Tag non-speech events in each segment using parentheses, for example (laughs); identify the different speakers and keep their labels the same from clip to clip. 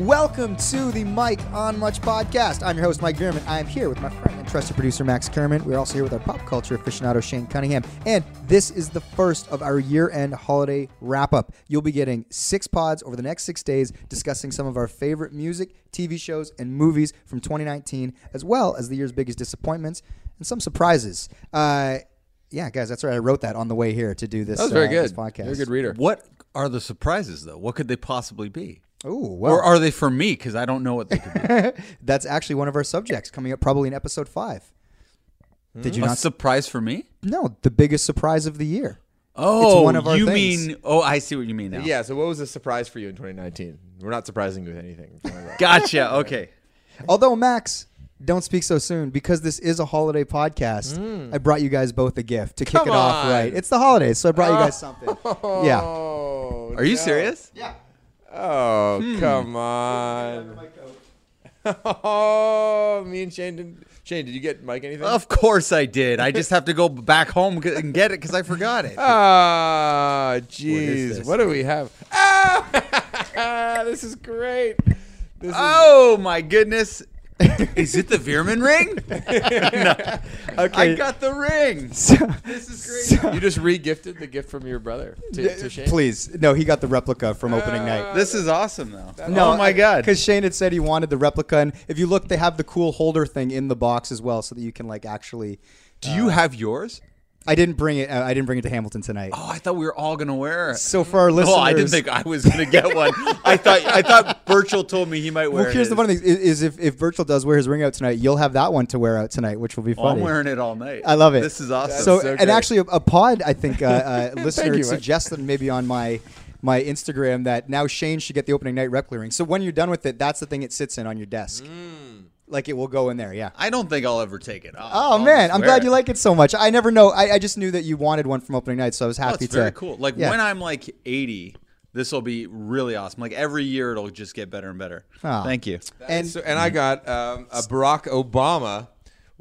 Speaker 1: Welcome to the Mike on Much podcast. I'm your host, Mike Bierman. I am here with my friend and trusted producer, Max Kerman. We're also here with our pop culture aficionado, Shane Cunningham. And this is the first of our year end holiday wrap up. You'll be getting six pods over the next six days discussing some of our favorite music, TV shows, and movies from 2019, as well as the year's biggest disappointments and some surprises. Uh, yeah, guys, that's right. I wrote that on the way here to do this.
Speaker 2: That was very
Speaker 1: uh,
Speaker 2: good.
Speaker 1: This podcast.
Speaker 2: You're a good reader.
Speaker 3: What are the surprises though? What could they possibly be?
Speaker 1: Ooh, well,
Speaker 3: or are they for me? Because I don't know what they could
Speaker 1: (laughs)
Speaker 3: be.
Speaker 1: that's actually one of our subjects coming up probably in episode five. Did you
Speaker 3: Hmm. a
Speaker 1: not?
Speaker 3: surprise for me?
Speaker 1: No, the biggest surprise of the year.
Speaker 3: Oh,
Speaker 1: one of our
Speaker 3: you
Speaker 1: things.
Speaker 3: mean? Oh, I see what you mean now.
Speaker 2: Yeah. So, what was a surprise for you in 2019? We're not surprising you with anything. (laughs)
Speaker 3: Gotcha.
Speaker 1: (laughs)
Speaker 3: Okay.
Speaker 1: Although Max, don't speak so soon because this is a holiday podcast.
Speaker 3: Hmm.
Speaker 1: I brought you guys both a gift to
Speaker 2: Come
Speaker 1: kick it off
Speaker 2: on.
Speaker 1: right. It's the holidays, so I brought you guys
Speaker 3: Oh. (laughs)
Speaker 1: something. Yeah.
Speaker 2: Oh,
Speaker 3: Are you
Speaker 2: no.
Speaker 3: serious?
Speaker 1: Yeah.
Speaker 2: Oh, come on. (laughs) Oh, me and Shane didn't. Shane, did you get Mike anything?
Speaker 1: Oh,
Speaker 3: Of course I did. I just have to go back home g- and get it because I forgot it.
Speaker 2: Ah, jeez.
Speaker 3: this?
Speaker 2: What, do we have? Ah, (laughs) this is great. This
Speaker 3: Oh my goodness. Is it the Veerman
Speaker 1: (laughs)
Speaker 3: ring? (laughs)
Speaker 1: Okay.
Speaker 3: I got the ring. This is
Speaker 2: is,
Speaker 3: great.
Speaker 2: you just re-gifted the gift from your brother
Speaker 1: (laughs)
Speaker 2: to, to Shane.
Speaker 1: Please, no, he got the replica from opening night.
Speaker 3: This is awesome though. Uh, oh my god.
Speaker 1: Because Shane had said he wanted the replica, and if you look, they have the cool holder thing in the box as well, so that you can like actually.
Speaker 3: Do you have yours?
Speaker 1: I didn't bring it. uh, I didn't bring it to Hamilton tonight.
Speaker 3: Oh, I thought we were all gonna wear it.
Speaker 1: So for our listeners,
Speaker 3: Oh, I didn't think I was gonna get one. I thought I thought Birchall told me he might wear
Speaker 1: Well, here's
Speaker 3: it.
Speaker 1: the funny thing: is, is if if Virgil does wear his ring out tonight, you'll have that one to wear out tonight, which will be
Speaker 3: Oh,
Speaker 1: funny.
Speaker 3: I'm wearing it all night.
Speaker 1: I love it.
Speaker 3: This is awesome.
Speaker 1: So,
Speaker 2: so
Speaker 1: and
Speaker 2: great.
Speaker 1: actually, a, a pod I think uh,
Speaker 3: (laughs)
Speaker 1: uh, listener
Speaker 2: you, Mike.
Speaker 1: suggested maybe on my my Instagram that now Shane should get the opening night replica ring. So when you're done with it, that's the thing it sits in on your desk.
Speaker 3: Mm.
Speaker 1: Like it will go in there. Yeah.
Speaker 3: I don't think I'll ever take it off.
Speaker 1: Oh
Speaker 3: I'll
Speaker 1: man,
Speaker 3: just
Speaker 1: I'm
Speaker 3: wear
Speaker 1: glad
Speaker 3: it.
Speaker 1: you like it so much. I never know. I, I just knew that you wanted one from opening night, so I was
Speaker 3: Oh,
Speaker 1: happy
Speaker 3: it's
Speaker 1: to.
Speaker 3: very cool. Like
Speaker 1: Yeah.
Speaker 3: when I'm like 80, this will be really awesome. Like every year, it'll just get better and better.
Speaker 1: Aw.
Speaker 3: Thank you.
Speaker 1: and
Speaker 2: So, and I got um, a Barack Obama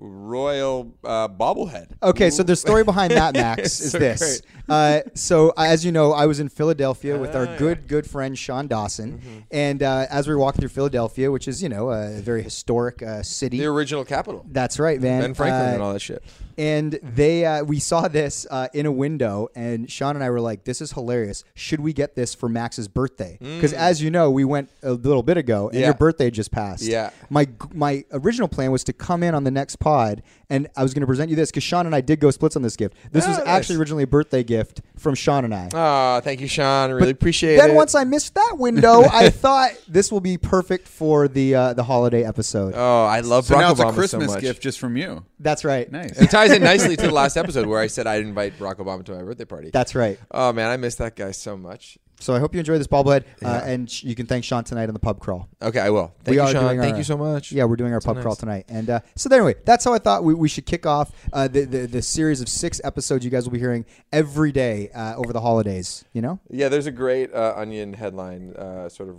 Speaker 2: royal uh, bobblehead.
Speaker 1: Okay, so the story behind that, Max, is
Speaker 2: So
Speaker 1: this. Uh, so, as you know, I was in Philadelphia with our good, good friend Sean Dawson. And uh, as we were walking through Philadelphia, which is, you know, a very historic uh, city.
Speaker 2: the original capital.
Speaker 1: That's right, man.
Speaker 2: Ben Franklin
Speaker 1: Uh,
Speaker 2: and all that shit.
Speaker 1: and they, uh, we saw this uh, in a window, and Sean and I were like, "This is hilarious. Should we get this for Max's birthday?" Because as you know, we went a little bit ago, and
Speaker 2: Mm. Yeah.
Speaker 1: your birthday just passed.
Speaker 2: Yeah.
Speaker 1: My my original plan was to come in on the next pod, and I was going to present you this because Sean and I did go splits on this gift. This was
Speaker 2: Oh, nice.
Speaker 1: actually originally a birthday gift from Sean and I.
Speaker 2: Ah, thank you, Sean. Really appreciate it.
Speaker 1: then once I missed that
Speaker 2: (laughs)
Speaker 1: window, I thought this will be perfect for the uh, the holiday episode.
Speaker 2: oh, I love
Speaker 3: So
Speaker 2: Barack
Speaker 3: now it's
Speaker 2: Obama
Speaker 3: a Christmas
Speaker 2: so much.
Speaker 3: gift just from you.
Speaker 1: That's right.
Speaker 3: Nice.
Speaker 2: It ties in nicely
Speaker 3: (laughs)
Speaker 2: to the last episode where I said I'd invite Barack Obama to my birthday party.
Speaker 1: That's right.
Speaker 2: oh man, I miss that guy so much.
Speaker 1: So I hope you enjoy this bobblehead, uh, and sh- you can thank Sean tonight on the pub crawl.
Speaker 2: Okay, I will. Thank
Speaker 1: we
Speaker 2: you,
Speaker 1: are
Speaker 2: Sean.
Speaker 1: doing
Speaker 2: Thank
Speaker 1: our-
Speaker 2: you so much.
Speaker 1: Yeah, we're doing our pub crawl tonight, and uh, so anyway, that's how I thought we, we should kick off uh, the, the the series of six episodes you guys will be hearing every day uh, over the holidays. You know,
Speaker 2: Yeah, there's a great uh, Onion headline, uh, sort of.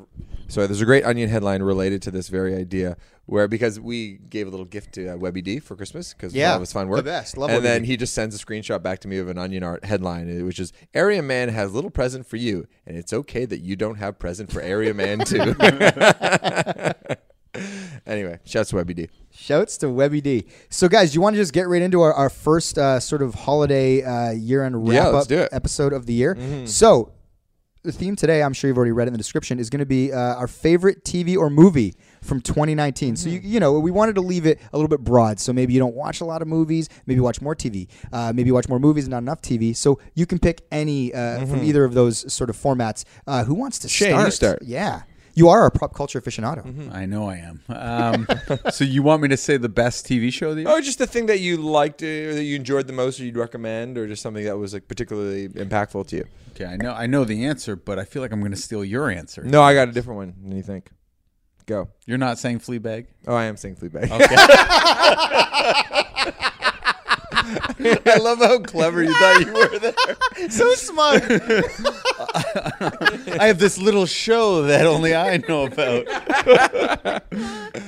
Speaker 2: Sorry, there's a great Onion headline related to this very idea, where because we gave a little gift to uh, Webby D for Christmas because
Speaker 1: Yeah,
Speaker 2: all of his fine work.
Speaker 1: the best. Love
Speaker 2: and
Speaker 1: Webby
Speaker 2: then
Speaker 1: D.
Speaker 2: he just sends a screenshot back to me of an Onion art headline, uh, which is Area Man has little present for you, and it's okay that you don't have present for Area Man too. (laughs) anyway, shouts to Webby D.
Speaker 1: shouts to Webby D. So guys, you want to just get right into our our first uh, sort of holiday uh, year end
Speaker 2: Yeah,
Speaker 1: wrap
Speaker 2: let's
Speaker 1: up
Speaker 2: do it. Mm-hmm.
Speaker 1: episode of the year. So the theme today, I'm sure you've already read in the description, is going to be uh, our favorite TV or movie from 2019. So
Speaker 2: Mm-hmm.
Speaker 1: you, you know, we wanted to leave it a little bit broad. So maybe you don't watch a lot of movies, maybe watch more TV, uh, maybe watch more movies, and not enough TV. So you can pick any uh, from either of those sort of formats. Uh, who wants to
Speaker 2: Mm-hmm. Shane,
Speaker 1: start?
Speaker 2: you start. Mm-hmm.
Speaker 1: Yeah, you are a pop culture aficionado.
Speaker 3: I know I am. Um, (laughs) so you want me to say the best TV show of the year?
Speaker 2: Oh, just the thing that you liked, uh, or that you enjoyed the most, or you'd recommend, or just something that was like particularly impactful to you.
Speaker 3: Okay, I know I know the answer, but I feel like I'm going to steal your answer.
Speaker 2: No, I got a different one than you think. Go.
Speaker 3: You're not saying
Speaker 1: (laughs)
Speaker 3: Fleabag.
Speaker 2: Oh, I am saying
Speaker 3: (laughs)
Speaker 2: Fleabag.
Speaker 3: I love how
Speaker 2: (laughs)
Speaker 3: clever you thought you were there.
Speaker 1: So smart.
Speaker 3: I have this little show that only I know about.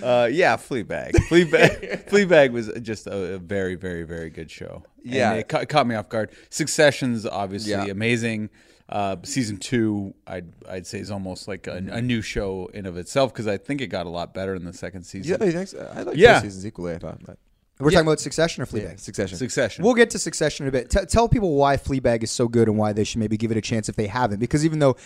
Speaker 3: uh, yeah, Fleabag. Fleabag. Fleabag was just a, a very, very, very good show. And
Speaker 2: Yeah.
Speaker 3: it ca- caught me off guard. Succession's obviously
Speaker 2: Yeah.
Speaker 3: amazing. Uh, season two, I'd I'd say is almost like a, a new show in of itself because I think it got a lot better in the second
Speaker 2: Yeah,
Speaker 3: season.
Speaker 2: I think so. I like
Speaker 3: Yeah.
Speaker 2: both seasons equally. I thought, but
Speaker 1: We're talking about Succession or Fleabag.
Speaker 2: Succession.
Speaker 3: Succession.
Speaker 1: We'll get to Succession in a bit. T- tell people why Fleabag is so good and why they should maybe give it a chance if they haven't. Because even though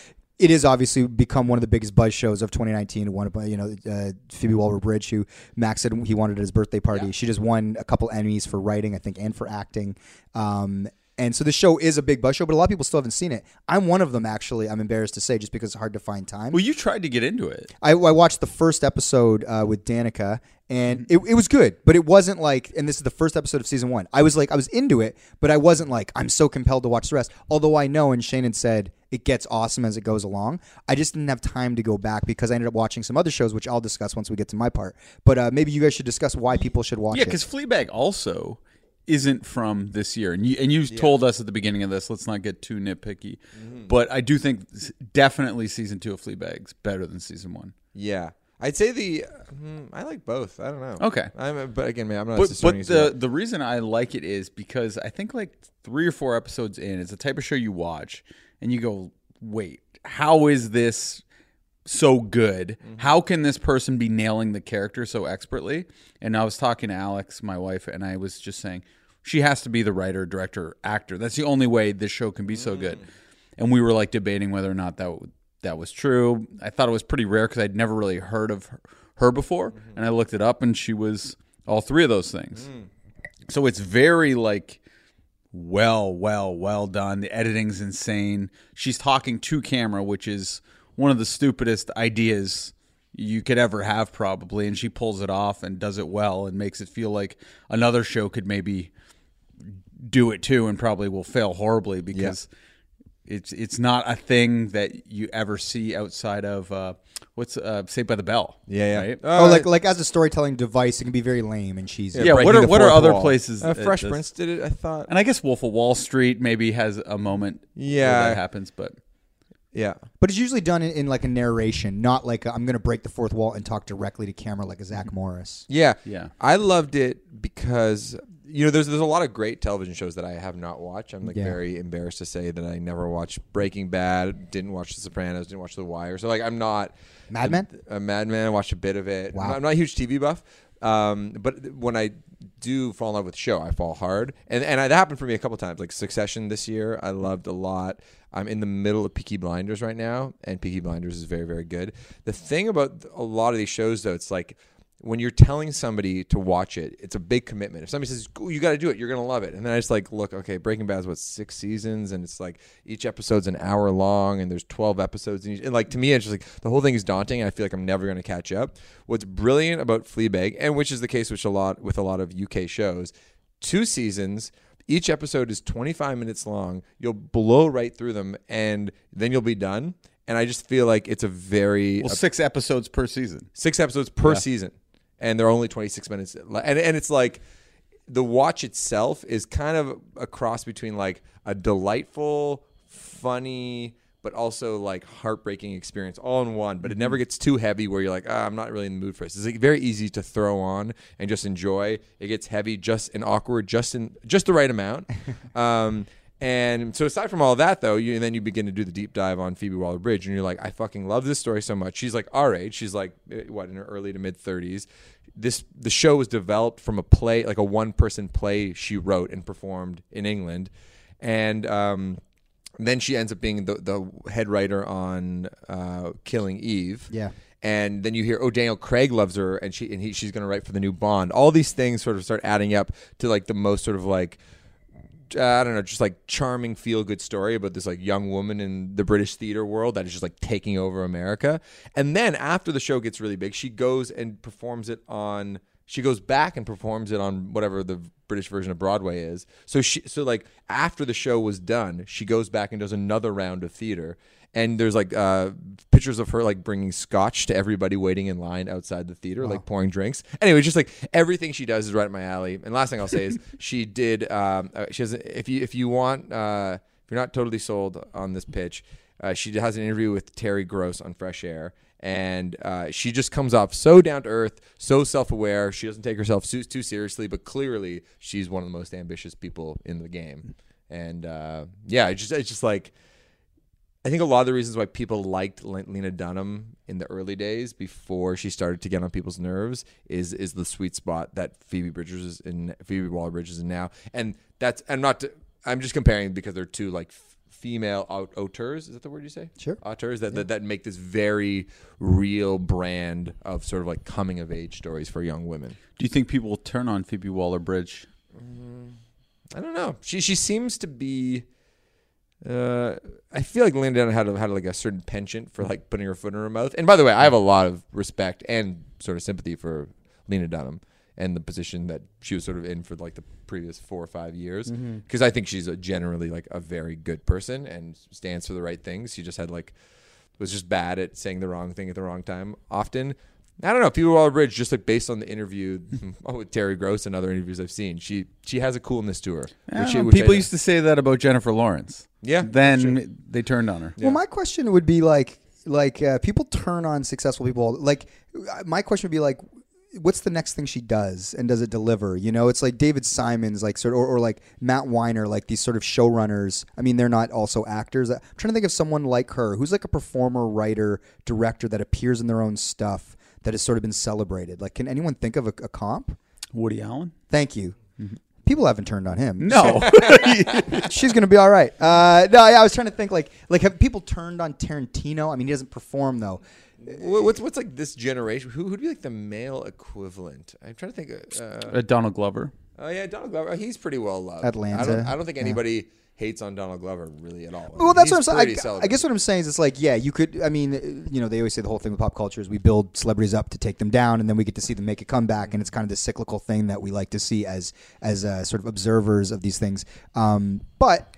Speaker 1: it has obviously become one of the biggest buzz shows of 2019, one of uh, you know uh, Phoebe Waller-Bridge, who Max said he wanted at his birthday party. She just won a couple Emmys for writing, I think, and for acting. Um, and so the show is a big buzz show, but a lot of people still haven't seen it. I'm one of them, actually. I'm embarrassed to say, just because it's hard to find time.
Speaker 3: well, you tried to get into it.
Speaker 1: I, I watched the first episode uh, with Danica, and
Speaker 3: Mm-hmm.
Speaker 1: it, it was good, but it wasn't like. And this is the first episode of season one. I was like, I was into it, but I wasn't like, I'm so compelled to watch the rest. Although I know, and Shannon said it gets awesome as it goes along. I just didn't have time to go back because I ended up watching some other shows, which I'll discuss once we get to my part. But uh, maybe you guys should discuss why people should watch
Speaker 3: Yeah,
Speaker 1: it.
Speaker 3: because Fleabag also isn't from this year, and you and you told us at the beginning of this. Let's not get too nitpicky, but I do think s- definitely season two of Fleabag's better than season one.
Speaker 2: Yeah, I'd say the. hmm, I like both. I don't know.
Speaker 3: Okay.
Speaker 2: I'm, but again, man, I'm not. a
Speaker 3: But,
Speaker 2: historian,
Speaker 3: but
Speaker 2: so-
Speaker 3: the the reason I like it is because I think like three or four episodes in, it's the type of show you watch and you go, wait, how is this so good? How can this person be nailing the character so expertly? And I was talking to Alex, my wife, and I was just saying she has to be the writer, director, actor. That's the only way this show can be so good. And we were like debating whether or not that w- that was true. I thought it was pretty rare because I'd never really heard of her, her before, and I looked it up, and she was all three of those things. So it's very like well, well, well done. The editing's insane. She's talking to camera, which is one of the stupidest ideas you could ever have, probably. And she pulls it off and does it well and makes it feel like another show could maybe do it too and probably will fail horribly because it's it's not a thing that you ever see outside of uh, what's uh, Saved by the Bell.
Speaker 2: yeah, yeah.
Speaker 3: right?
Speaker 1: Oh,
Speaker 2: Uh,
Speaker 1: like like as a storytelling device, it can be very lame and cheesy.
Speaker 3: Oh, Yeah, what
Speaker 2: breaking
Speaker 3: are-
Speaker 2: the
Speaker 3: what are
Speaker 2: fourth
Speaker 3: other
Speaker 2: wall.
Speaker 3: places
Speaker 2: Uh,
Speaker 3: that
Speaker 2: Fresh
Speaker 3: this-
Speaker 2: Prince did it. I thought.
Speaker 3: And I guess Wolf of Wall Street maybe has a moment
Speaker 2: Yeah.
Speaker 3: where that happens, but
Speaker 2: Yeah.
Speaker 1: But it's usually done in, in like a narration, not like i am I'm going to break the fourth wall and talk directly to camera like a Zach Morris.
Speaker 2: Yeah.
Speaker 3: Yeah.
Speaker 2: I loved it because you know there's there's a lot of great television shows that I have not watched. I'm like
Speaker 1: Yeah.
Speaker 2: very embarrassed to say that I never watched Breaking Bad, didn't watch The Sopranos, didn't watch The Wire. So like I'm not
Speaker 3: Mm.
Speaker 1: Mad Men?
Speaker 2: A Mad Men, I watched a bit of it.
Speaker 1: Wow.
Speaker 2: I'm not- I'm not a huge TV buff. Um, but th- when I do fall in love with a show, I fall hard, and and that happened for me a couple times. Like Succession this year, I loved a lot. I'm in the middle of Peaky Blinders right now, and Peaky Blinders is very very good. The thing about th- a lot of these shows, though, it's like when you're telling somebody to watch it, it's a big commitment. If somebody says "Cool, you got to do it, you're gonna love it, and then I just like look, okay, Breaking Bad is what six seasons, and it's like each episode's an hour long, and there's 12 episodes, and, each, and like to me, it's just like the whole thing is daunting, and I feel like I'm never gonna catch up. What's brilliant about Fleabag, and which is the case which a lot with a lot of UK shows, two seasons. Each episode is 25 minutes long. You'll blow right through them, and then you'll be done. And I just feel like it's a very
Speaker 3: well, six episodes per season.
Speaker 2: six episodes per season, and they're only twenty six minutes. li- And and it's like the watch itself is kind of a cross between like a delightful, funny, but also like heartbreaking experience all in one. But it never gets too heavy where you're like, ah, I'm not really in the mood for this. It's like very easy to throw on and just enjoy. It gets heavy, just and awkward, just in just the right amount. Um, And so, aside from all that, though, you, and then you begin to do the deep dive on Phoebe Waller Bridge, and you're like, I fucking love this story so much. She's like our age. She's like, eh, what, in her early to mid 30s. This The show was developed from a play, like a one person play she wrote and performed in England. And, um, then she ends up being the, the head writer on uh, Killing Eve.
Speaker 1: Yeah.
Speaker 2: And then you hear, oh, Daniel Craig loves her, and she and he, she's going to write for the new Bond. All these things sort of start adding up to like the most sort of like uh, I don't know, just like charming feel good story about this like young woman in the British theater world that is just like taking over America. And then after the show gets really big, she goes and performs it on she goes back and performs it on whatever the British version of Broadway is. So she so like after the show was done, she goes back and does another round of theater. And there's like uh, pictures of her like bringing scotch to everybody waiting in line outside the theater, like pouring drinks. Anyway, just like everything she does is right up my alley. And last thing I'll say is she did. Um, uh, she has. a- If you if you want, uh, if you're not totally sold on this pitch, uh, she has an interview with Terry Gross on Fresh Air, and uh, she just comes off so down to earth, so self aware. She doesn't take herself too, too seriously, but clearly she's one of the most ambitious people in the game. And uh, yeah, it's just it's just like I think a lot of the reasons why people liked Le- Lena Dunham in the early days before she started to get on people's nerves is is the sweet spot that Phoebe Bridgers is in Phoebe Waller-Bridge is in now. And that's I'm not to, I'm just comparing because they're two like f- female aut- auteurs, is that the word you say?
Speaker 1: Sure.
Speaker 2: Auteurs that, that that make this very real brand of sort of like coming of age stories for young women.
Speaker 3: Do you think people will turn on Phoebe Waller Bridge?
Speaker 2: I don't know. She she seems to be. Uh, I feel like Lena Dunham had had like a certain penchant for like putting her foot in her mouth. And by the way, I have a lot of respect and sort of sympathy for Lena Dunham and the position that she was sort of in for like the previous four or five years because I think she's a generally like a very good person and stands for the right things. She just had like was just bad at saying the wrong thing at the wrong time often. I don't know. People Waller Bridge, just like based on the interview (laughs) oh, with Terry Gross and other interviews I've seen, she she has a coolness to her.
Speaker 3: I
Speaker 2: which-
Speaker 3: don't know.
Speaker 2: which I-
Speaker 3: people used to say that about Jennifer Lawrence.
Speaker 2: Yeah,
Speaker 3: Then they turned on her.
Speaker 1: Well, my question would be like, like uh, people turn on successful people. Like, uh, my question would be like, what's the next thing she does, and does it deliver? You know, it's like David Simon's, like sort, of, or, or like Matt Weiner, like these sort of showrunners. I mean, they're not also actors. I'm trying to think of someone like her who's like a performer, writer, director that appears in their own stuff that has sort of been celebrated. Like, can anyone think of a, a comp?
Speaker 3: Woody Allen?
Speaker 1: Thank you. People haven't turned on him
Speaker 3: No.
Speaker 1: she's gonna be all right. Uh, no, yeah, I was trying to think like like have people turned on Tarantino? I mean, he doesn't perform though.
Speaker 2: Wha- what's what's like this generation? Who would be like the male equivalent? I'm trying to think. Uh,
Speaker 3: (laughs) Uh, Donald Glover.
Speaker 2: oh yeah, Donald Glover. He's pretty well loved. I
Speaker 1: Atlanta.
Speaker 2: don't, I don't think anybody hates on Donald Glover really at all.
Speaker 1: Well, that's
Speaker 2: He's
Speaker 1: what I'm
Speaker 2: pretty
Speaker 1: saying. I- I,
Speaker 2: celebrated.
Speaker 1: guess what I'm saying is it's like yeah, you could. I mean, uh, you know, they always say the whole thing with pop culture is we build celebrities up to take them down, and then we get to see them make a comeback, and it's kind of the cyclical thing that we like to see as as uh, sort of observers of these things. Um, but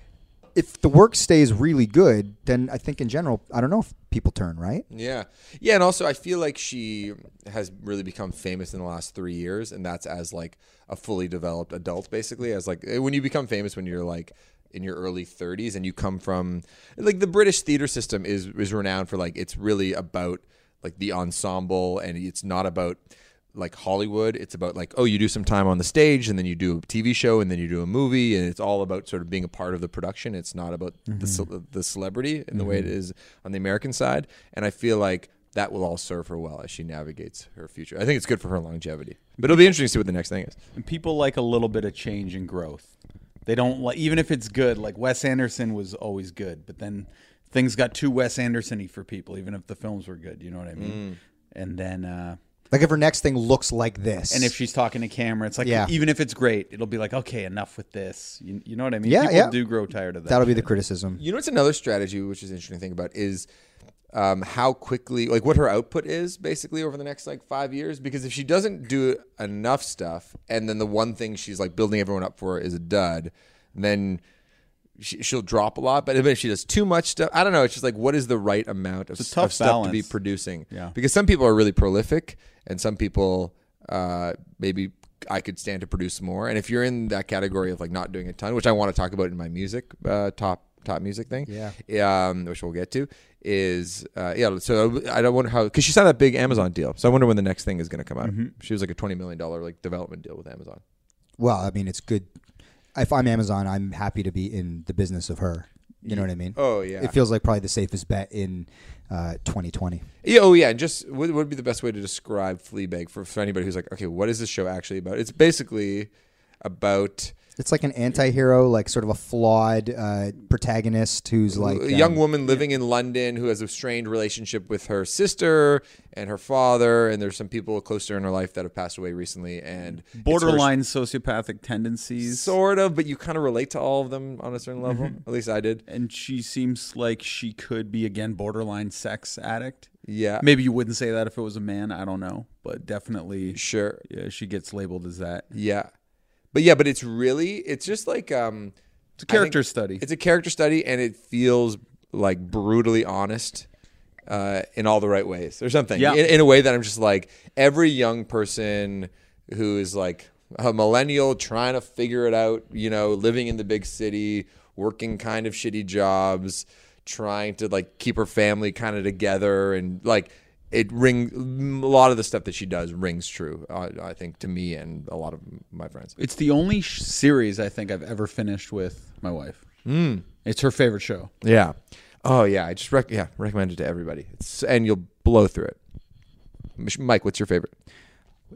Speaker 1: if the work stays really good, then I think in general, I don't know if people turn right.
Speaker 2: Yeah. Yeah, and also I feel like she has really become famous in the last 3 years and that's as like a fully developed adult basically as like eh, when you become famous when you're like in your early 30s and you come from like the British theater system is is renowned for like it's really about like the ensemble and it's not about like Hollywood. It's about like, oh, you do some time on the stage and then you do a TV show and then you do a movie and it's all about sort of being a part of the production. It's not about the, ce- the celebrity in the way it is on the American side. And I feel like that will all serve her well as she navigates her future. I think it's good for her longevity. But it'll be interesting to see what the next thing is.
Speaker 3: And people like a little bit of change and growth. They don't like even if it's good. Like Wes Anderson was always good, but then things got too Wes Anderson-y for people, even if the films were good. You know what I mean? And then, uh,
Speaker 1: Like if her next thing looks like this,
Speaker 3: and if she's talking to camera, it's like
Speaker 1: Yeah.
Speaker 3: even if it's great, it'll be like okay, enough with this. You, you know what I mean?
Speaker 1: Yeah,
Speaker 3: people
Speaker 1: yeah.
Speaker 3: do grow tired of that.
Speaker 1: that'll be the criticism.
Speaker 2: You know, it's another strategy, which is interesting to think about, is um, how quickly, like what her output is basically over the next like five years. Because if she doesn't do enough stuff, and then the one thing she's like building everyone up for is a dud, then she, she'll drop a lot. But if she does too much stuff, I don't know. It's just like what is the right amount of,
Speaker 3: It's a
Speaker 2: of
Speaker 3: tough
Speaker 2: stuff to be
Speaker 3: balance.
Speaker 2: producing?
Speaker 3: Yeah.
Speaker 2: Because some people are really prolific, and some people uh, maybe I could stand to produce more. And if you're in that category of like not doing a ton, which I want to talk about in my music uh, top top music thing, yeah, um, which we'll get to, is uh, yeah. So I don't wonder how because she signed that big Amazon deal, so I wonder when the next thing is going to come out.
Speaker 3: Mm-hmm.
Speaker 2: She was like a twenty million dollar like development deal with Amazon.
Speaker 1: Well, I mean, it's good. If I'm Amazon, I'm happy to be in the business of her. You know what I mean?
Speaker 2: Oh yeah,
Speaker 1: It feels like probably the safest bet in uh, 2020.
Speaker 2: Yeah, oh yeah, and just what what would be the best way to describe Fleabag for, for anybody who's like, okay, what is this show actually about? It's basically about
Speaker 1: It's like an anti-hero, like sort of a flawed uh, protagonist who's like
Speaker 2: a young
Speaker 1: um,
Speaker 2: woman living in London who has a strained relationship with her sister and her father, and there's some people closer in her life that have passed away recently, and it's her-
Speaker 3: borderline sociopathic tendencies.
Speaker 2: sort of, but you kind of relate to all of them on a certain level.
Speaker 1: Mm-hmm.
Speaker 2: At least I did.
Speaker 3: and she seems like she could be again borderline sex addict.
Speaker 2: Yeah,
Speaker 3: Maybe you wouldn't say that if it was a man. I don't know, but definitely,
Speaker 2: sure.
Speaker 3: yeah, she gets labeled as that.
Speaker 2: Yeah, but yeah, but it's really it's just like um,
Speaker 3: It's a
Speaker 2: I think-
Speaker 3: character study.
Speaker 2: It's a character study, and it feels like brutally honest uh, in all the right ways, or something.
Speaker 3: Yeah.
Speaker 2: In, in a way that I'm just like every young person who is like a millennial trying to figure it out, you know, living in the big city, working kind of shitty jobs, trying to like keep her family kind of together, and like it ring a lot of the stuff that she does rings true. I, I think to me and a lot of my friends.
Speaker 3: It's the only sh- Hmm. series I think I've ever finished with my wife. Mm. It's her favorite show.
Speaker 2: Yeah. Oh yeah, I just rec- yeah recommend it to everybody, it's, and you'll blow through it. Mich- Mike, what's your favorite?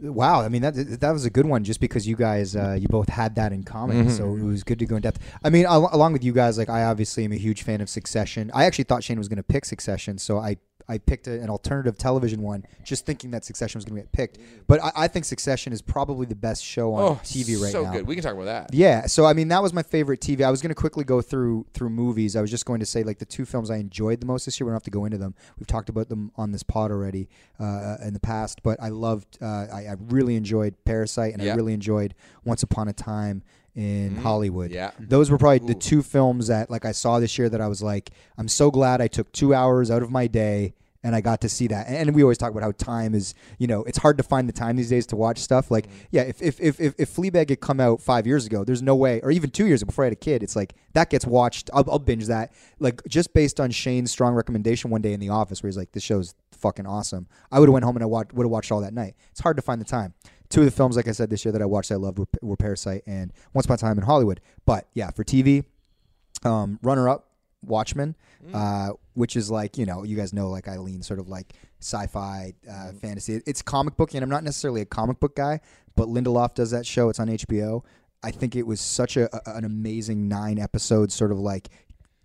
Speaker 1: Wow, I mean that that was a good one just because you guys uh, you both had that in common,
Speaker 2: Mm-hmm.
Speaker 1: so it was good to go in depth. I mean, al- along with you guys, like I obviously am a huge fan of Succession. I actually thought Shane was going to pick Succession, so I I picked a, an alternative television one, just thinking that Succession was going to get picked. But I, I think Succession is probably the best show on TV right
Speaker 2: Oh, so
Speaker 1: now.
Speaker 2: good. We can talk about that.
Speaker 1: Yeah, so I mean that was my favorite TV. I was going to quickly go through through movies. I was just going to say like the two films I enjoyed the most this year. We don't have to go into them. We've talked about them on this pod already uh, in the past. But I loved. Uh, I, I really enjoyed Parasite, and I
Speaker 2: Yeah. Mm-hmm.
Speaker 1: really enjoyed Once Upon a Time in Hollywood.
Speaker 2: Yeah.
Speaker 1: Those were probably the two films that like I saw this year that I was like, I'm so glad I took two hours out of my day and I got to see that. And we always talk about how time is, you know, it's hard to find the time these days to watch stuff. Like, yeah, if if if if, if Fleabag had come out five years ago, there's no way, or even two years before I had a kid, it's like that gets watched. I'll, I'll binge that. Like just based on Shane's strong recommendation one day in the office, where he's like, "This show's fucking awesome." I would have went home and I watched would have watched all that night. It's hard to find the time two of the films, like I said this year that I watched, that I loved were, were Parasite and Once Upon a Time in Hollywood. But yeah, for TV, um, runner up Watchmen, uh, which is like you know you guys know like I lean sort of like sci-fi uh, fantasy. It- It's comic book, and I'm not necessarily a comic book guy, but Lindelof does that show. It's on HBO. I think it was such a, a- an amazing nine episode sort of like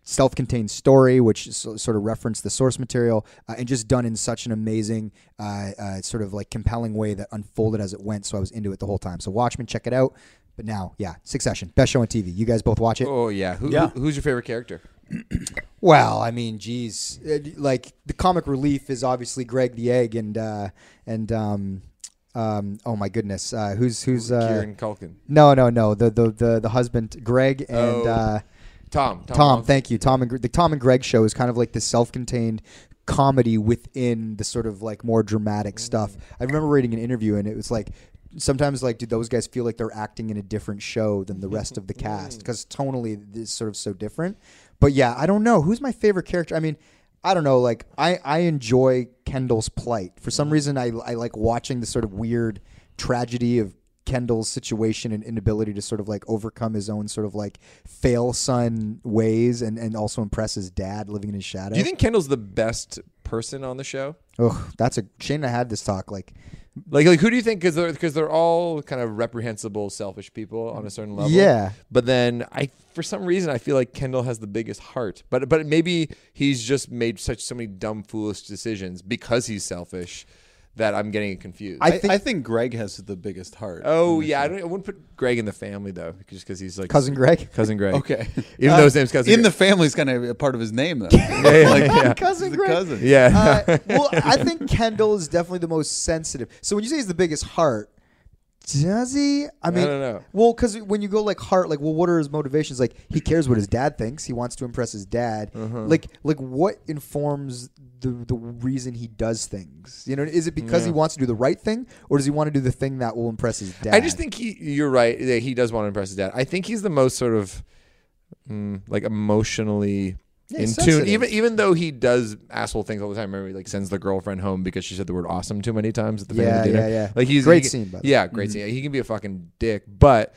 Speaker 1: self-contained story which is so- sort of referenced the source material uh, and just done in such an amazing uh, uh, sort of like compelling way that unfolded as it went so i was into it the whole time so watchmen check it out but now yeah succession best show on tv you guys both watch it
Speaker 2: Oh yeah. Who,
Speaker 3: Yeah.
Speaker 2: who- who's your favorite character?
Speaker 1: well, I mean, geez, it- like the comic relief is obviously Greg the Egg and uh, and um, um, oh my goodness, uh, who's who's uh,
Speaker 2: Kieran Culkin.
Speaker 1: no no no the the the, the husband Greg and
Speaker 2: Oh.
Speaker 1: uh,
Speaker 2: Tom.
Speaker 1: Tom.
Speaker 2: Holland.
Speaker 1: Thank you, Tom and Gre- the Tom and Greg show is kind of like this self-contained comedy within the sort of like more dramatic stuff. I remember reading an interview and it was like. Sometimes, like, do those guys feel like they're acting in a different show than the rest of the cast? Because tonally, it's sort of so different. But yeah, I don't know who's my favorite character. I mean, I don't know. Like, I I enjoy Kendall's plight for some reason. I I like watching the sort of weird tragedy of Kendall's situation and inability to sort of like overcome his own sort of like fail son ways and, and also impress his dad living in his shadow.
Speaker 2: Do you think Kendall's the best person on the show?
Speaker 1: Oh, that's a Shane and I had this talk. Like,
Speaker 2: Like, like who do you think? Because they're because they're all kind of reprehensible, selfish people on a certain level.
Speaker 1: Yeah.
Speaker 2: But then I, for some reason, I feel like Kendall has the biggest heart. But but maybe he's just made such so many dumb, foolish decisions because he's selfish that I'm getting confused.
Speaker 1: I
Speaker 3: I
Speaker 1: think-
Speaker 3: think, I think Greg has the biggest heart.
Speaker 2: oh yeah, I, don't, I wouldn't put Greg in the family though, just because he's like
Speaker 1: cousin Uh, Greg.
Speaker 2: cousin Greg.
Speaker 3: Okay.
Speaker 2: Even though his name's cousin.
Speaker 3: In the
Speaker 2: Greg.
Speaker 3: family's kind of a part of his
Speaker 2: (laughs)
Speaker 3: name though. yeah,
Speaker 1: (laughs) Cousin
Speaker 3: the
Speaker 1: Greg.
Speaker 3: cousin.
Speaker 2: yeah.
Speaker 1: (laughs) Uh, well, I think Kendall is definitely the most sensitive. So when you say he's the biggest heart, does he? I mean,
Speaker 2: don't know.
Speaker 1: Well, because when you go like heart, like, well, what are his motivations? Like, he cares what his dad thinks. He wants to impress his dad.
Speaker 2: Uh-huh.
Speaker 1: Like, like what informs the the reason he does things? You know, is it because he wants to do the right thing, or does he want to do the thing that will impress his dad?
Speaker 2: I just think he, you're right that he does want to impress his dad. I think he's the most sort of mm, like emotionally
Speaker 1: Yeah,
Speaker 2: in
Speaker 1: he's
Speaker 2: tune.
Speaker 1: sensitive.
Speaker 2: Even even though he does asshole things all the time. Remember, he like sends the girlfriend home because she said the word awesome too many times at the
Speaker 1: Yeah,
Speaker 2: family dinner.
Speaker 1: yeah, yeah.
Speaker 2: Like he's
Speaker 1: Great
Speaker 2: he,
Speaker 1: scene, by the way. Mm-hmm.
Speaker 2: Yeah, great scene. He can be a fucking dick, but.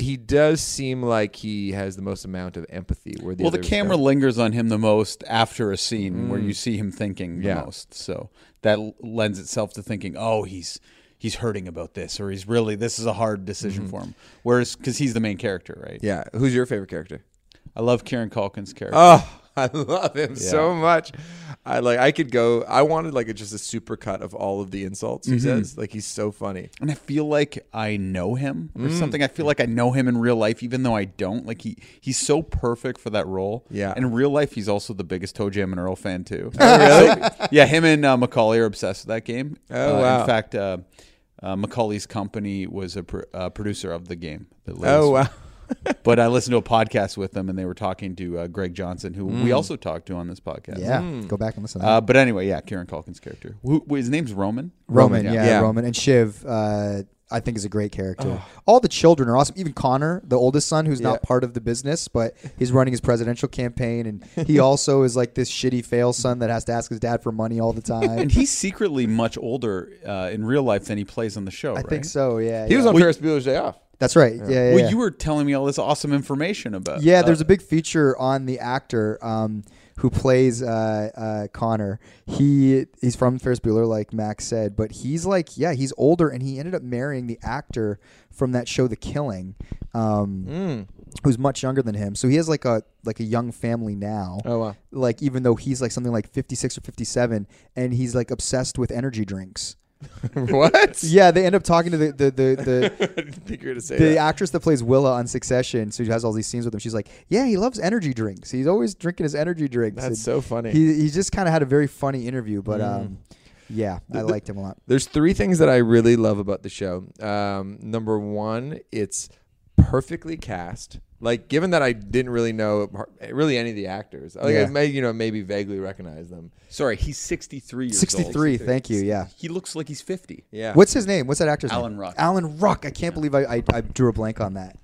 Speaker 2: He does seem like he has the most amount of empathy. Where the
Speaker 3: Well, the
Speaker 2: others
Speaker 3: camera
Speaker 2: don't.
Speaker 3: lingers on him the most after a scene where you see him thinking
Speaker 2: Mm.
Speaker 3: the
Speaker 2: Yeah.
Speaker 3: most. So that l- lends itself to thinking, oh, he's he's hurting about this, or he's really this is a hard decision for him. Whereas, because he's the main character, right?
Speaker 2: Mm-hmm. Yeah, who's your favorite character?
Speaker 3: I love Kieran Culkin's character.
Speaker 2: Oh, (laughs) I love him so much. I like. I could go. I wanted like a, just a supercut of all of the insults he says. Like he's so funny.
Speaker 3: and I feel like I know him
Speaker 2: Mm.
Speaker 3: or something. I feel like I know him in real life, even though I don't. Like he he's so perfect for that role.
Speaker 2: Yeah.
Speaker 3: In real life, he's also the biggest Toe Jam and Earl fan too. really? yeah, him and uh, Macaulay are obsessed with that game.
Speaker 2: Oh,
Speaker 3: Uh,
Speaker 2: wow.
Speaker 3: In fact, uh, uh, Macaulay's company was a pr- uh, producer of the game. The
Speaker 2: Oh
Speaker 3: latest
Speaker 2: wow.
Speaker 3: but I listened to a podcast with them, and they were talking to uh, Greg Johnson, who
Speaker 2: Mm.
Speaker 3: we also talked to on this podcast.
Speaker 1: yeah.
Speaker 2: hmm.
Speaker 1: Go back and listen. to that.
Speaker 3: Uh, but anyway, yeah, Kieran Culkin's character. Who, his name's Roman.
Speaker 1: Roman, yeah,
Speaker 2: yeah.
Speaker 1: Roman and Shiv. Uh, I think is a great character. All the children are awesome. Even Connor, the oldest son, who's not
Speaker 2: Yeah.
Speaker 1: part of the business,
Speaker 2: (laughs)
Speaker 1: but he's running his presidential campaign, and he also is like this shitty fail son that has to ask his dad for money
Speaker 2: (laughs)
Speaker 1: all the time.
Speaker 3: And he's secretly much older uh, in real life than he plays on the show.
Speaker 1: I think so. Yeah,
Speaker 2: He was
Speaker 1: yeah.
Speaker 2: on Ferris Bueller's Day Off.
Speaker 1: That's right. Yeah, yeah.
Speaker 3: Well,
Speaker 1: yeah.
Speaker 2: uh,
Speaker 3: you were telling me all this awesome information about. uh,
Speaker 1: Yeah, there's a big feature on the actor um, who plays uh, uh, Connor, he he's from Ferris Bueller, like Max said, but he's like, yeah, he's older, and he ended up marrying the actor from that show, The Killing, um,
Speaker 2: Mm.
Speaker 1: who's much younger than him. So he has like a like a young family now.
Speaker 2: Oh, wow.
Speaker 1: Like even though he's like something like fifty six or fifty seven, and he's like obsessed with energy drinks.
Speaker 2: (laughs)
Speaker 1: (laughs)
Speaker 2: what? (laughs)
Speaker 1: Yeah, they end up talking to the the the, the
Speaker 2: I didn't think you were gonna say
Speaker 1: the
Speaker 2: that.
Speaker 1: actress that plays Willa on Succession, so she has all these scenes with him. She's like, "Yeah, he loves energy drinks. He's always drinking his energy drinks."
Speaker 2: That's
Speaker 1: And
Speaker 2: so funny. Mm.
Speaker 1: He he just kind of had a very funny interview, but um, yeah, I liked him a lot.
Speaker 2: There's three things that I really love about the show. Um, number one, it's perfectly cast. Like, given that I didn't really know har- really any of the actors, like
Speaker 1: Yeah.
Speaker 2: I may you know maybe vaguely recognize them.
Speaker 3: Sorry, he's 63 years old.
Speaker 1: 63, thank you. Yeah.
Speaker 3: He looks like he's 50.
Speaker 2: Yeah.
Speaker 1: What's his name? What's that actor's
Speaker 3: Alan
Speaker 1: name?
Speaker 3: Ruck.
Speaker 1: Alan Ruck. I can't believe I, I I drew a blank on that.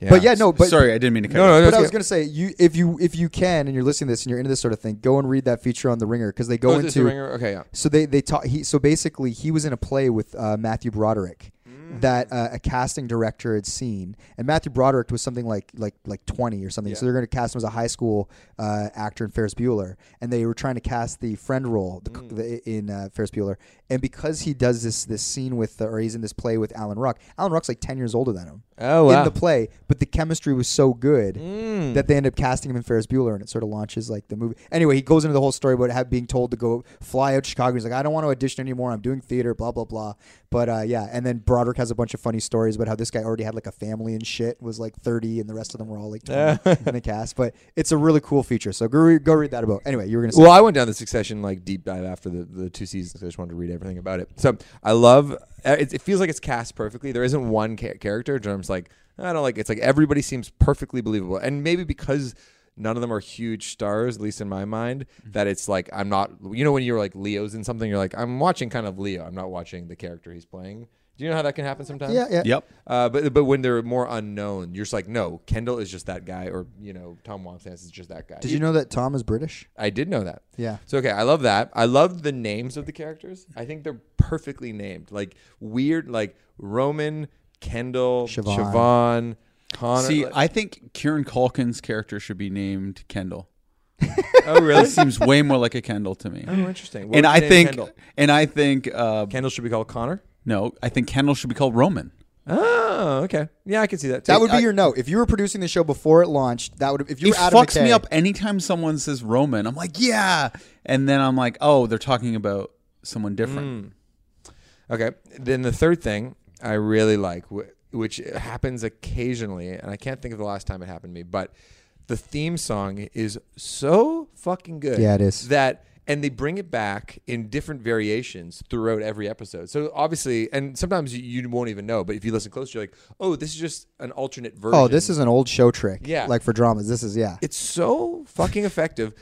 Speaker 1: But yeah, no, but
Speaker 3: Sorry, I didn't mean to cut
Speaker 2: No,
Speaker 3: you
Speaker 2: Oh, no,
Speaker 3: off.
Speaker 1: But I
Speaker 2: that's
Speaker 1: was
Speaker 2: good.
Speaker 1: gonna say, you if you if you can and you're listening to this and you're into this sort of thing, go and read that feature on the Ringer because they go
Speaker 2: Oh, is this The
Speaker 1: into
Speaker 2: Ringer? Okay, yeah.
Speaker 1: So they they taught he so basically he was in a play with uh, Matthew Broderick
Speaker 2: Mm.
Speaker 1: that uh, a casting director had seen, and Matthew Broderick was something like like like twenty or something. So they're going to cast him as a high school uh, actor in Ferris Bueller, and they were trying to cast the friend role the,
Speaker 2: Mm.
Speaker 1: c the, in uh, Ferris Bueller, and because he does this this scene with or he's in this play with Alan Ruck. Alan Ruck's like ten years older than him.
Speaker 2: Oh,
Speaker 1: In
Speaker 2: wow. Mm.
Speaker 1: the play, but the chemistry was so good
Speaker 2: Hmm.
Speaker 1: that they end up casting him in Ferris Bueller, and it sort of launches like the movie. Anyway, he goes into the whole story about have, being told to go fly out to Chicago. He's like, I don't want to audition anymore. I'm doing theater, blah blah blah. But uh, yeah, and then Broderick has a bunch of funny stories about how this guy already had like a family and shit, was like 30, and the rest of them were all like 20 (laughs) in the cast. But it's a really cool feature. So go re- go read that about. Anyway, you were gonna say
Speaker 2: Well, I went down the Succession like deep dive after the, the two seasons 'cause I just wanted to read everything about it. So I love uh, it. It feels like it's cast perfectly. There isn't one ca- character. Jerem's like I don't like. It's like everybody seems perfectly believable, and maybe because none of them are huge stars, at least in my mind,
Speaker 1: Mm-hmm.
Speaker 2: that it's like I'm not. You know, when you're like Leo's in something, you're like I'm watching kind of Leo. I'm not watching the character he's playing. Do you know how that can happen sometimes?
Speaker 1: yeah yeah
Speaker 3: Yep.
Speaker 2: Uh, but but when they're more unknown, you're just like, no, Kendall is just that guy, or you know, Tom Wamsans is just that guy.
Speaker 1: Did you know that Tom is British?
Speaker 2: I did know that.
Speaker 1: Yeah.
Speaker 2: So okay, I love that. I love the names of the characters. I think they're perfectly named. Like weird, like Roman, Kendall,
Speaker 1: Siobhan.
Speaker 2: Siobhan, Connor.
Speaker 3: See,
Speaker 2: like-
Speaker 3: I think Kieran Culkin's character should be named Kendall.
Speaker 2: oh
Speaker 3: That
Speaker 2: really?
Speaker 3: seems way more like a Kendall
Speaker 1: (laughs)
Speaker 3: to me.
Speaker 2: oh, interesting. What
Speaker 3: and
Speaker 2: would
Speaker 3: I
Speaker 2: you name
Speaker 3: think,
Speaker 2: Kendall?
Speaker 3: and I think, uh,
Speaker 2: Kendall should be called Connor.
Speaker 3: no, I think Kendall should be called Roman.
Speaker 2: Oh, okay. Yeah, I can see that. Too.
Speaker 1: That would be
Speaker 2: I-
Speaker 1: your note if you were producing the show before it launched. That would if you
Speaker 3: He
Speaker 1: were Adam
Speaker 3: fucks me
Speaker 1: McKay-
Speaker 3: up anytime someone says Roman. I'm like, yeah, and then I'm like, oh, they're talking about someone
Speaker 2: Mm.
Speaker 3: different.
Speaker 2: Okay. Then the third thing I really like, wh- which happens occasionally, and I can't think of the last time it happened to me, but the theme song is so fucking good.
Speaker 1: Yeah, it is.
Speaker 2: That and they bring it back in different variations throughout every episode. So obviously, and sometimes you, you won't even know, but if you listen close, you're like, oh, this is just an alternate version.
Speaker 1: Oh, this is an old show trick.
Speaker 2: Yeah.
Speaker 1: Like for dramas, this is yeah.
Speaker 2: It's so fucking effective,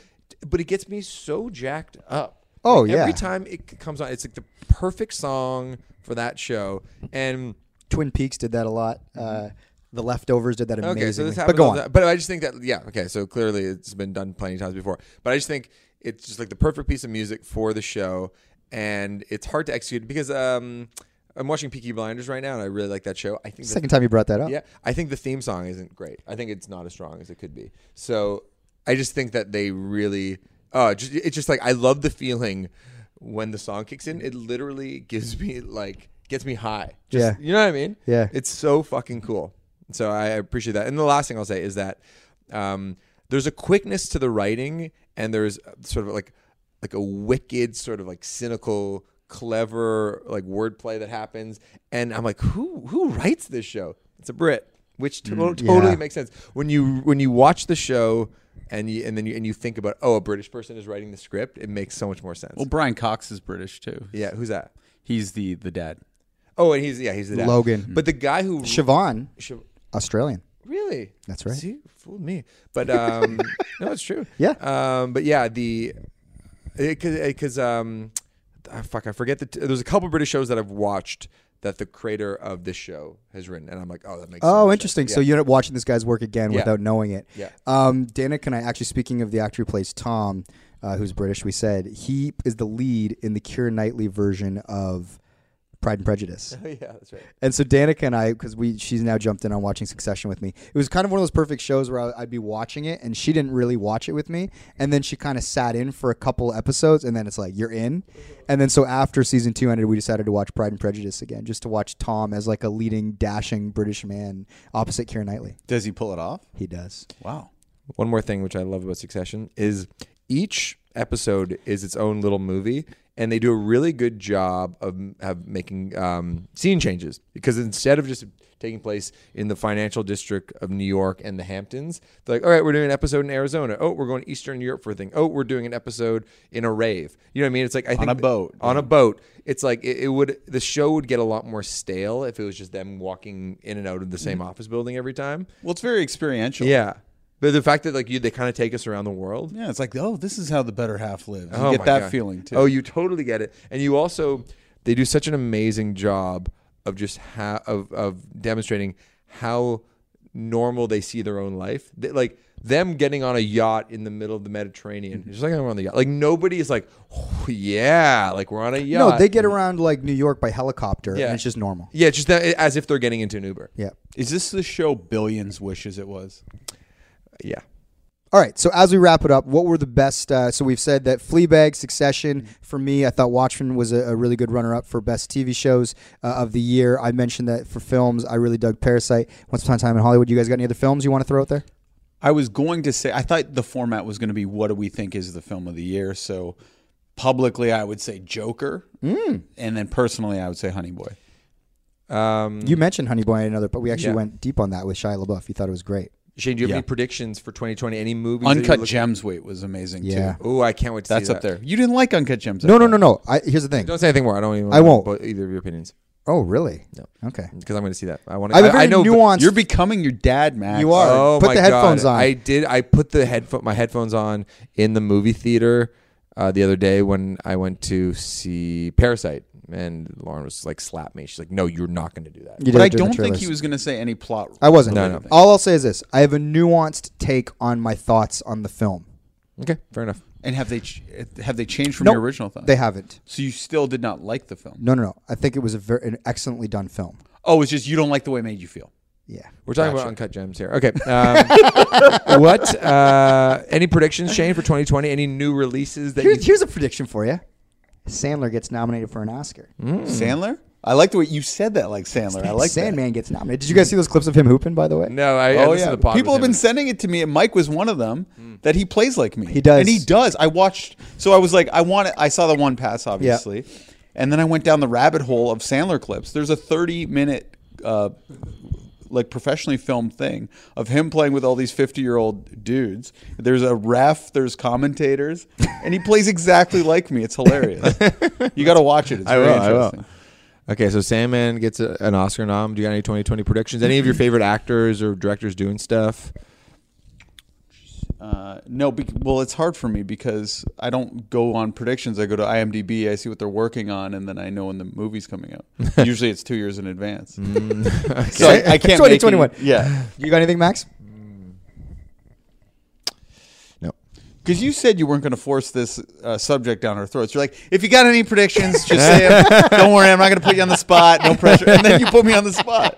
Speaker 2: but it gets me so jacked up.
Speaker 1: Oh,
Speaker 2: Like,
Speaker 1: yeah.
Speaker 2: Every time it c- comes on, it's like the perfect song for that show, and.
Speaker 1: Twin Peaks did that a lot. Uh, the Leftovers did that amazingly.
Speaker 2: Mm-hmm. Okay, so this happens.
Speaker 1: but go
Speaker 2: all
Speaker 1: on.
Speaker 2: the time. But I just think that yeah. Okay, so clearly it's been done plenty of times before. But I just think it's just like the perfect piece of music for the show, and it's hard to execute because um, I'm watching Peaky Blinders right now, and I really like that show. I think the,
Speaker 1: Second time you brought that up.
Speaker 2: yeah, I think the theme song isn't great. I think it's not as strong as it could be. So I just think that they really. Uh, just, it's just like I love the feeling when the song kicks in. It literally gives me like gets me high. Just,
Speaker 1: Yeah.
Speaker 2: you know what I mean?
Speaker 1: Yeah.
Speaker 2: It's so fucking cool. So I appreciate that. And the last thing I'll say is that um, there's a quickness to the writing, and there's sort of like like a wicked, sort of like cynical, clever like wordplay that happens. And I'm like, who who writes this show? It's a Brit, which to- totally
Speaker 1: Mm, yeah.
Speaker 2: makes sense when you when you watch the show. And you and then you and you think about oh a British person is writing the script it makes so much more sense
Speaker 3: Well, Brian Cox is British too.
Speaker 2: yeah who's that
Speaker 3: He's the the dad.
Speaker 2: oh and he's yeah he's the dad.
Speaker 1: Logan.
Speaker 2: but the guy who
Speaker 1: Siobhan,
Speaker 2: Shiv-
Speaker 1: Australian.
Speaker 2: Really?
Speaker 1: That's right.
Speaker 2: See, fooled me.
Speaker 1: (laughs)
Speaker 2: But um, no, it's true.
Speaker 1: Yeah.
Speaker 2: Um, but yeah, the because um, ah, fuck, I forget the. T- there's a couple British shows that I've watched that the creator of this show has written, and I'm like, oh, that makes. so
Speaker 1: Oh,
Speaker 2: much
Speaker 1: interesting.
Speaker 2: Sense.
Speaker 1: So you end up watching this guy's work again
Speaker 2: Yeah.
Speaker 1: without knowing it.
Speaker 2: Yeah.
Speaker 1: Um, Dana can I actually speaking of the actor who plays Tom, uh, who's British, we said he is the lead in the Keira Knightley version of Pride and Prejudice.
Speaker 2: Oh, (laughs) yeah, that's right.
Speaker 1: And so Danica and I, because we she's now jumped in on watching Succession with me. It was kind of one of those perfect shows where I, I'd be watching it and she didn't really watch it with me, and then she kind of sat in for a couple episodes, and then it's like you're in. And then so after season two ended, we decided to watch Pride and Prejudice again, just to watch Tom as like a leading, dashing British man opposite Keira Knightley.
Speaker 3: Does he pull it off?
Speaker 1: He does.
Speaker 3: Wow.
Speaker 2: One more thing which I love about Succession is each episode is its own little movie, and they do a really good job of, of making um, scene changes because instead of just taking place in the financial district of New York and the Hamptons, they're like, all right, we're doing an episode in Arizona. Oh, we're going to Eastern Europe for a thing. Oh, we're doing an episode in a rave. You know what I mean? It's like I think
Speaker 3: a boat.
Speaker 2: on a boat. It's like it, it would the show would get a lot more stale if it was just them walking in and out of the same
Speaker 3: Mm.
Speaker 2: office building every time.
Speaker 3: Well, it's very experiential.
Speaker 2: Yeah. But the fact that like you, they kind of take us around the world.
Speaker 3: Yeah, it's like, oh, this is how the better half lives. You
Speaker 2: Oh
Speaker 3: get
Speaker 2: my
Speaker 3: that
Speaker 2: God.
Speaker 3: feeling too.
Speaker 2: Oh, you totally get it. And you also, they do such an amazing job of just how of of demonstrating how normal they see their own life. They- like them getting on a yacht in the middle of the Mediterranean. It's Just like we're on the yacht. Like nobody is like, oh, yeah, like we're on a yacht.
Speaker 1: No, they get around like New York by helicopter,
Speaker 2: Yeah.
Speaker 1: and it's just normal.
Speaker 2: Yeah, just that, as if they're getting into an Uber.
Speaker 1: Yeah.
Speaker 3: Is this the show Billions wishes it was?
Speaker 2: Yeah.
Speaker 1: All right. So as we wrap it up, what were the best? Uh, so we've said that Fleabag, Succession. For me, I thought Watchmen was a, a really good runner-up for best TV shows uh, of the year. I mentioned that for films, I really dug Parasite. Once upon a time in Hollywood. You guys got any other films you want to throw out there?
Speaker 3: I was going to say I thought the format was going to be what do we think is the film of the year? So publicly I would say Joker. Mm. And then personally I would say Honey Boy.
Speaker 2: Um,
Speaker 1: You mentioned Honey Boy and another, but we actually
Speaker 2: Yeah.
Speaker 1: went deep on that with Shia LaBeouf. You thought it was great.
Speaker 2: Shane, do you have
Speaker 3: Yeah.
Speaker 2: any predictions for 2020? Any movies?
Speaker 3: Uncut Gems wait was amazing
Speaker 1: Yeah.
Speaker 3: too.
Speaker 2: Oh, I can't wait to
Speaker 3: That's
Speaker 2: see
Speaker 3: up
Speaker 2: that.
Speaker 3: there. You didn't like Uncut Gems.
Speaker 1: No, no, no, no. I, here's the thing.
Speaker 2: Don't say anything more. I don't even.
Speaker 1: I won't.
Speaker 2: want either of your opinions
Speaker 1: Oh, really? Okay.
Speaker 2: because I'm going to see that. I want.
Speaker 1: I have a very
Speaker 2: know
Speaker 1: nuanced.
Speaker 3: You're becoming your dad, Max.
Speaker 1: You are.
Speaker 2: Oh
Speaker 1: Put
Speaker 2: my
Speaker 1: the headphones
Speaker 2: God.
Speaker 1: on.
Speaker 2: I did. I put the headphone my headphones on in the movie theater uh, the other day when I went to see Parasite, and Lauren was like, "Slap me." She's like, "No, you're not going to do that."
Speaker 1: You did
Speaker 3: But I
Speaker 1: it during
Speaker 3: don't
Speaker 1: the
Speaker 3: think
Speaker 1: trailers.
Speaker 3: he was going to say any plot.
Speaker 1: I wasn't.
Speaker 2: No, no.
Speaker 1: All I'll say is this: I have a nuanced take on my thoughts on the film.
Speaker 2: Okay, fair enough.
Speaker 3: And have they ch- eh, have they changed from
Speaker 1: Nope.
Speaker 3: your original thought?
Speaker 1: They haven't.
Speaker 3: so you still did not like the film.
Speaker 1: No, no, no. I think it was a very, an excellently done film.
Speaker 3: Oh, it's just you don't like the way it made you feel.
Speaker 1: Yeah.
Speaker 2: We're talking about uncut gems here. Okay. Um, (laughs) what? Uh, any predictions, Shane, for 2020? Any new releases that
Speaker 1: Here's,
Speaker 2: you?
Speaker 1: here's a prediction for you. Sandler gets nominated for an Oscar.
Speaker 3: Sandler? I like the way you said that like Sandler. Mm. I like that.
Speaker 1: Hmm. Sandman gets nominated. Did you guys see those clips of him hooping? By the way,
Speaker 2: No, I, I
Speaker 3: Oh
Speaker 2: listened to
Speaker 3: yeah,
Speaker 2: Hmm. the pod
Speaker 3: people have
Speaker 2: with
Speaker 3: been
Speaker 2: him.
Speaker 3: sending it to me, and Mike was one of them. That he plays like me. He
Speaker 1: does.
Speaker 3: and he does. I watched, so I was like, I want it. I saw the one pass, obviously, and then I went down the rabbit hole of Sandler clips. There's a 30 minute, uh, like professionally filmed thing of him playing with all these 50 year old dudes. There's a ref, there's commentators, and he plays exactly like me.
Speaker 2: (laughs)
Speaker 3: It's hilarious. you got to watch it. It's very
Speaker 2: will, I will.
Speaker 3: interesting.
Speaker 2: Okay, so Sandman gets a, an Oscar nom. Do you got any 2020 predictions? Any of your favorite actors or directors doing stuff?
Speaker 3: Uh, no, bec well, it's hard for me because I don't go on predictions. I go to IMDb, I see what they're working on, and then I know when the movie's coming out. Usually, it's two years in advance. (laughs) So I, I can't. make any-
Speaker 1: 2021.
Speaker 3: yeah,
Speaker 1: You got anything, Max?
Speaker 2: No.
Speaker 3: because you said you weren't going to force this uh, subject down our throats. You're like, if you got any predictions, just say them. Don't worry, I'm not going to put you on the spot. No pressure. And then you put me on the spot.